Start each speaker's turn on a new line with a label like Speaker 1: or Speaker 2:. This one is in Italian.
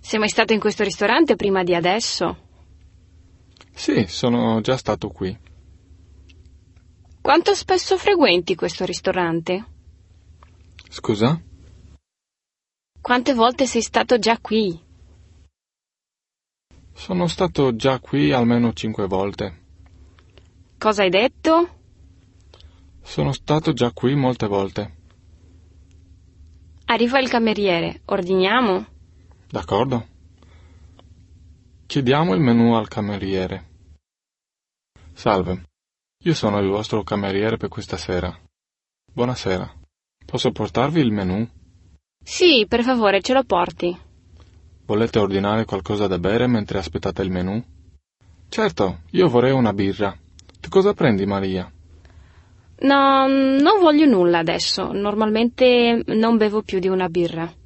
Speaker 1: Sei mai stato in questo ristorante prima di adesso?
Speaker 2: Sì, sono già stato qui.
Speaker 1: Quanto spesso frequenti questo ristorante?
Speaker 2: Scusa?
Speaker 1: Quante volte sei stato già qui?
Speaker 2: Sono stato già qui almeno cinque volte.
Speaker 1: Cosa hai detto?
Speaker 2: Sono stato già qui molte volte.
Speaker 1: Arriva il cameriere, ordiniamo?
Speaker 2: D'accordo? Chiediamo il menù al cameriere. Salve, io sono il vostro cameriere per questa sera. Buonasera. Posso portarvi il menù?
Speaker 1: Sì, per favore, ce lo porti.
Speaker 2: Volete ordinare qualcosa da bere mentre aspettate il menù? Certo, io vorrei una birra. Tu cosa prendi, Maria?
Speaker 1: No, non voglio nulla adesso. Normalmente non bevo più di una birra.